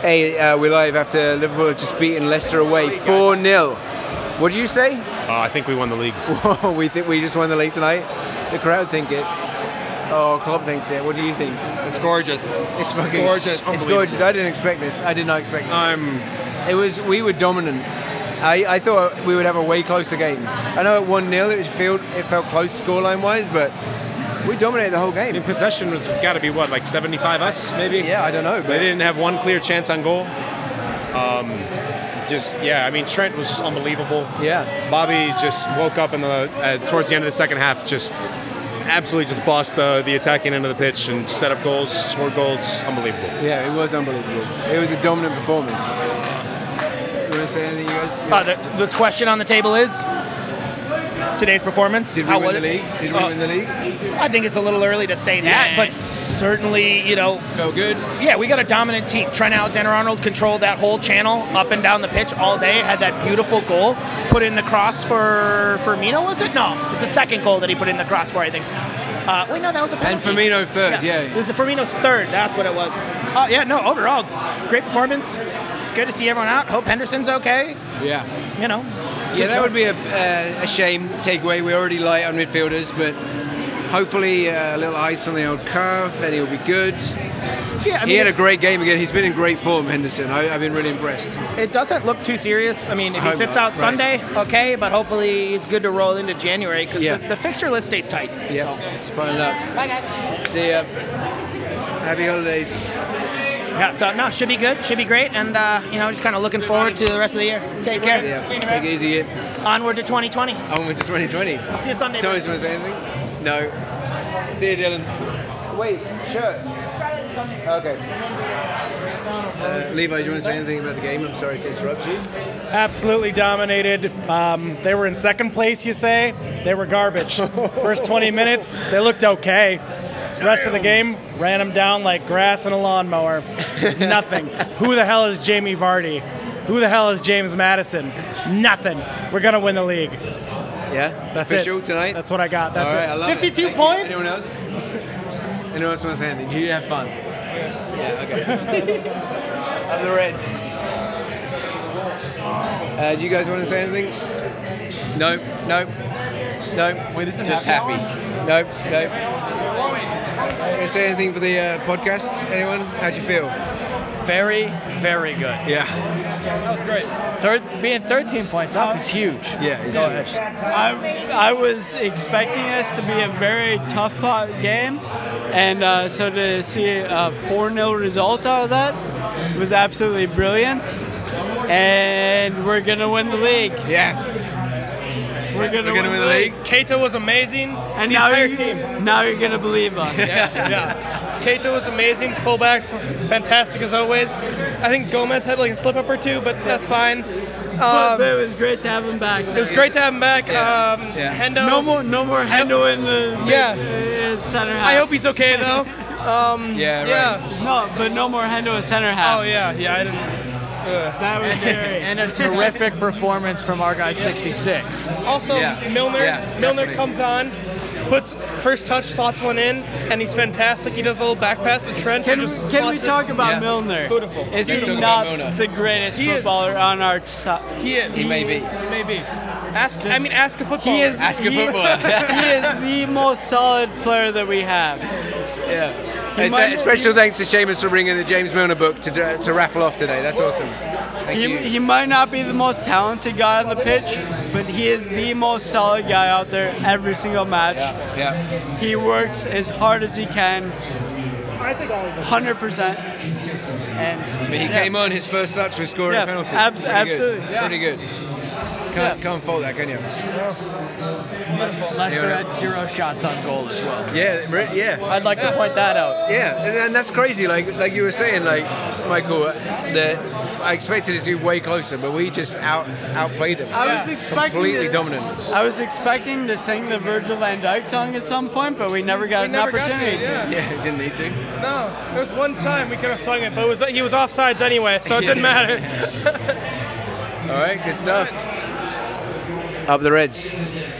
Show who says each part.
Speaker 1: Hey, uh, we're live after Liverpool have just beaten Leicester away 4 0. What do you say?
Speaker 2: Uh, I think we won the league.
Speaker 1: Whoa, we think we just won the league tonight. The crowd think it. Oh, Klopp thinks it. What do you think?
Speaker 3: It's gorgeous.
Speaker 1: It's fucking
Speaker 3: gorgeous.
Speaker 1: It's gorgeous. I didn't expect this. I did not expect this.
Speaker 2: I'm
Speaker 1: it was we were dominant. I, I thought we would have a way closer game. I know at 1 0 it felt it felt close scoreline wise, but we dominated the whole
Speaker 2: in
Speaker 1: game.
Speaker 2: possession was got to be what like 75 us maybe.
Speaker 1: Yeah, I don't know,
Speaker 2: They
Speaker 1: but
Speaker 2: didn't have one clear chance on goal. Um, just yeah, I mean Trent was just unbelievable.
Speaker 1: yeah.
Speaker 2: Bobby just woke up in the uh, towards the end of the second half, just absolutely just bossed the the attacking end of the pitch and set up goals, scored goals, unbelievable.
Speaker 1: Yeah, it was unbelievable. It was a dominant performance. You want to say anything, you guys? Yeah.
Speaker 4: Uh, the, the question on the table is today's performance.
Speaker 1: Did we
Speaker 4: how
Speaker 1: win
Speaker 4: was
Speaker 1: the
Speaker 4: it?
Speaker 1: league? Did we
Speaker 4: Uh,
Speaker 1: win the league?
Speaker 4: I think it's a little early to say that, but certainly, you know,
Speaker 1: Felt good.
Speaker 4: yeah, we got a dominant team. Trent Alexander-Arnold controlled that whole channel up and down the pitch all day. Had that beautiful goal, put in the cross for Firmino. Was it? No, it's the second goal that he put in the cross for. I think. Uh, wait, no, that was a penalty.
Speaker 1: Firmino third, yeah.
Speaker 4: It was the Firmino's third. That's what it was. Uh, yeah, no. Overall, great performance. Good to see everyone out. Hope Henderson's okay.
Speaker 1: Yeah.
Speaker 4: You know.
Speaker 1: Yeah,
Speaker 4: good
Speaker 1: that
Speaker 4: job.
Speaker 1: would be a, uh, a shame takeaway. We're already light on midfielders, but hopefully uh, a little ice on the old calf and he'll be good.
Speaker 4: Yeah, I
Speaker 1: he had
Speaker 4: mean,
Speaker 1: a great game again. He's been in great form, Henderson. I, I've been really impressed.
Speaker 4: it doesn't look too serious. I mean, if he
Speaker 1: Hope
Speaker 4: sits
Speaker 1: not,
Speaker 4: out
Speaker 1: Uh, right.
Speaker 4: Sunday, okay, but hopefully he's good to roll into January because
Speaker 1: Yeah.
Speaker 4: the, the fixture list stays tight.
Speaker 1: Yeah, let's find out. Bye, guys. See ya. Happy holidays.
Speaker 4: Yeah, so no, should be good, should be great, and uh, you know, just kind of looking forward to the rest of the year. Take care.
Speaker 1: Yeah, take it easy. yeah.
Speaker 4: Onward to 2020.
Speaker 1: Onwards to 2020.
Speaker 4: See you Sunday.
Speaker 1: Thomas, you want to say anything? No. See you, Dylan. Wait, shirt. Okay. Uh, Levi, do you want to say anything about the game? I'm sorry to interrupt you.
Speaker 5: absolutely dominated. Um, they were in second place, you say? They were garbage. First 20 minutes, they looked okay. The rest of the game, ran them down like grass in a lawnmower. Just Nothing. Who the hell is Jamie Vardy? Who the hell is James Madison? Nothing. We're gonna win the league.
Speaker 1: Yeah?
Speaker 5: That's
Speaker 1: Official
Speaker 5: it.
Speaker 1: tonight?
Speaker 5: That's what I got. That's
Speaker 1: All right,
Speaker 5: it.
Speaker 1: I love it.
Speaker 5: 52
Speaker 1: Thank you.
Speaker 5: points.
Speaker 1: Anyone else? Anyone else want to say anything? Do you have fun? Yeah, okay. Of the Reds. Uh, do you guys want to say anything? No, no, no. Wait, isn't
Speaker 3: Just happy.
Speaker 1: No, no. You say anything for the uh, podcast? Anyone? How'd you feel?
Speaker 6: Very, very good.
Speaker 1: Yeah,
Speaker 6: Third, being 13 points up is huge.
Speaker 1: yeah. it's
Speaker 6: So,
Speaker 1: huge.
Speaker 6: I, I was expecting this to be a very tough uh, game, and uh, so to see a 4 0 result out of that was absolutely brilliant. And we're going to win the league.
Speaker 1: Yeah,
Speaker 6: We're going to
Speaker 1: we're gonna win the league.
Speaker 5: Kato was amazing.
Speaker 6: And now you're, now you're going to believe us.
Speaker 5: Yeah. Kato was amazing. Fullbacks were fantastic as always. I think Gomez had like a slip up or two, but that's fine. Um,
Speaker 6: But it was great to have him back.
Speaker 5: it was great to have him back. Um,
Speaker 1: Yeah.
Speaker 5: Hendo.
Speaker 6: No more, no more Hendo in the
Speaker 5: Yeah.
Speaker 6: uh, center half.
Speaker 5: I hope he's okay though. Um,
Speaker 1: Yeah, right.
Speaker 5: yeah.
Speaker 6: No, but no more Hendo in center half.
Speaker 5: Oh yeah, yeah. I didn't.
Speaker 6: That was scary. and a terrific performance from our guy 66.
Speaker 5: Also,
Speaker 1: Yeah.
Speaker 5: Milner.
Speaker 1: Yeah,
Speaker 5: Milner
Speaker 1: definitely.
Speaker 5: comes on, puts first touch, slots one in, and he's fantastic. He does a little back pass to Trent.
Speaker 6: Can,
Speaker 5: and just
Speaker 6: can we
Speaker 5: slots it.
Speaker 6: talk about
Speaker 1: Yeah.
Speaker 6: Milner?
Speaker 5: Beautiful.
Speaker 6: Is
Speaker 1: Can we
Speaker 6: he
Speaker 1: talk about Milner?
Speaker 6: not the greatest
Speaker 5: is.
Speaker 6: footballer on our side?
Speaker 5: He is.
Speaker 1: He may be.
Speaker 5: Maybe. Ask. I mean, ask a footballer.
Speaker 6: He is.
Speaker 1: Ask a
Speaker 6: he,
Speaker 1: footballer.
Speaker 6: he is the most solid player that we have.
Speaker 1: Yeah.
Speaker 6: He
Speaker 1: And
Speaker 6: might-
Speaker 1: Uh, th- special thanks to Seamus for bringing the James Milner book to, to raffle off today. That's awesome. Thank
Speaker 6: He,
Speaker 1: you.
Speaker 6: he might not be the most talented guy on the pitch, but he is the most solid guy out there every single match.
Speaker 1: yeah. yeah.
Speaker 6: He works as hard as he can. Hundred percent. And
Speaker 1: But he
Speaker 6: yeah.
Speaker 1: came on, his first touch was scoring a
Speaker 6: Yeah,
Speaker 1: penalty.
Speaker 6: ab-
Speaker 1: Pretty
Speaker 6: absolutely.
Speaker 1: Good. Pretty good. Can't, can't fault that, can you?
Speaker 7: Leicester had zero shots on goal as well.
Speaker 1: Yeah, re- yeah,
Speaker 7: I'd like to point that out.
Speaker 1: yeah. And, and that's crazy. Like like you were saying, like Michael, uh, that I expected us to be way closer, but we just out outplayed them.
Speaker 6: I was expecting
Speaker 1: completely
Speaker 6: to-
Speaker 1: dominant.
Speaker 6: I was expecting to sing the Virgil Van Dyke song at some point, but we never got
Speaker 5: We
Speaker 6: an
Speaker 5: never got to it,
Speaker 6: opportunity.
Speaker 5: yeah.
Speaker 1: Yeah, didn't need to.
Speaker 5: No, there was one time we could have sung it, but it was, he was offsides anyway, so it didn't matter.
Speaker 1: All right, good stuff. Up the Reds.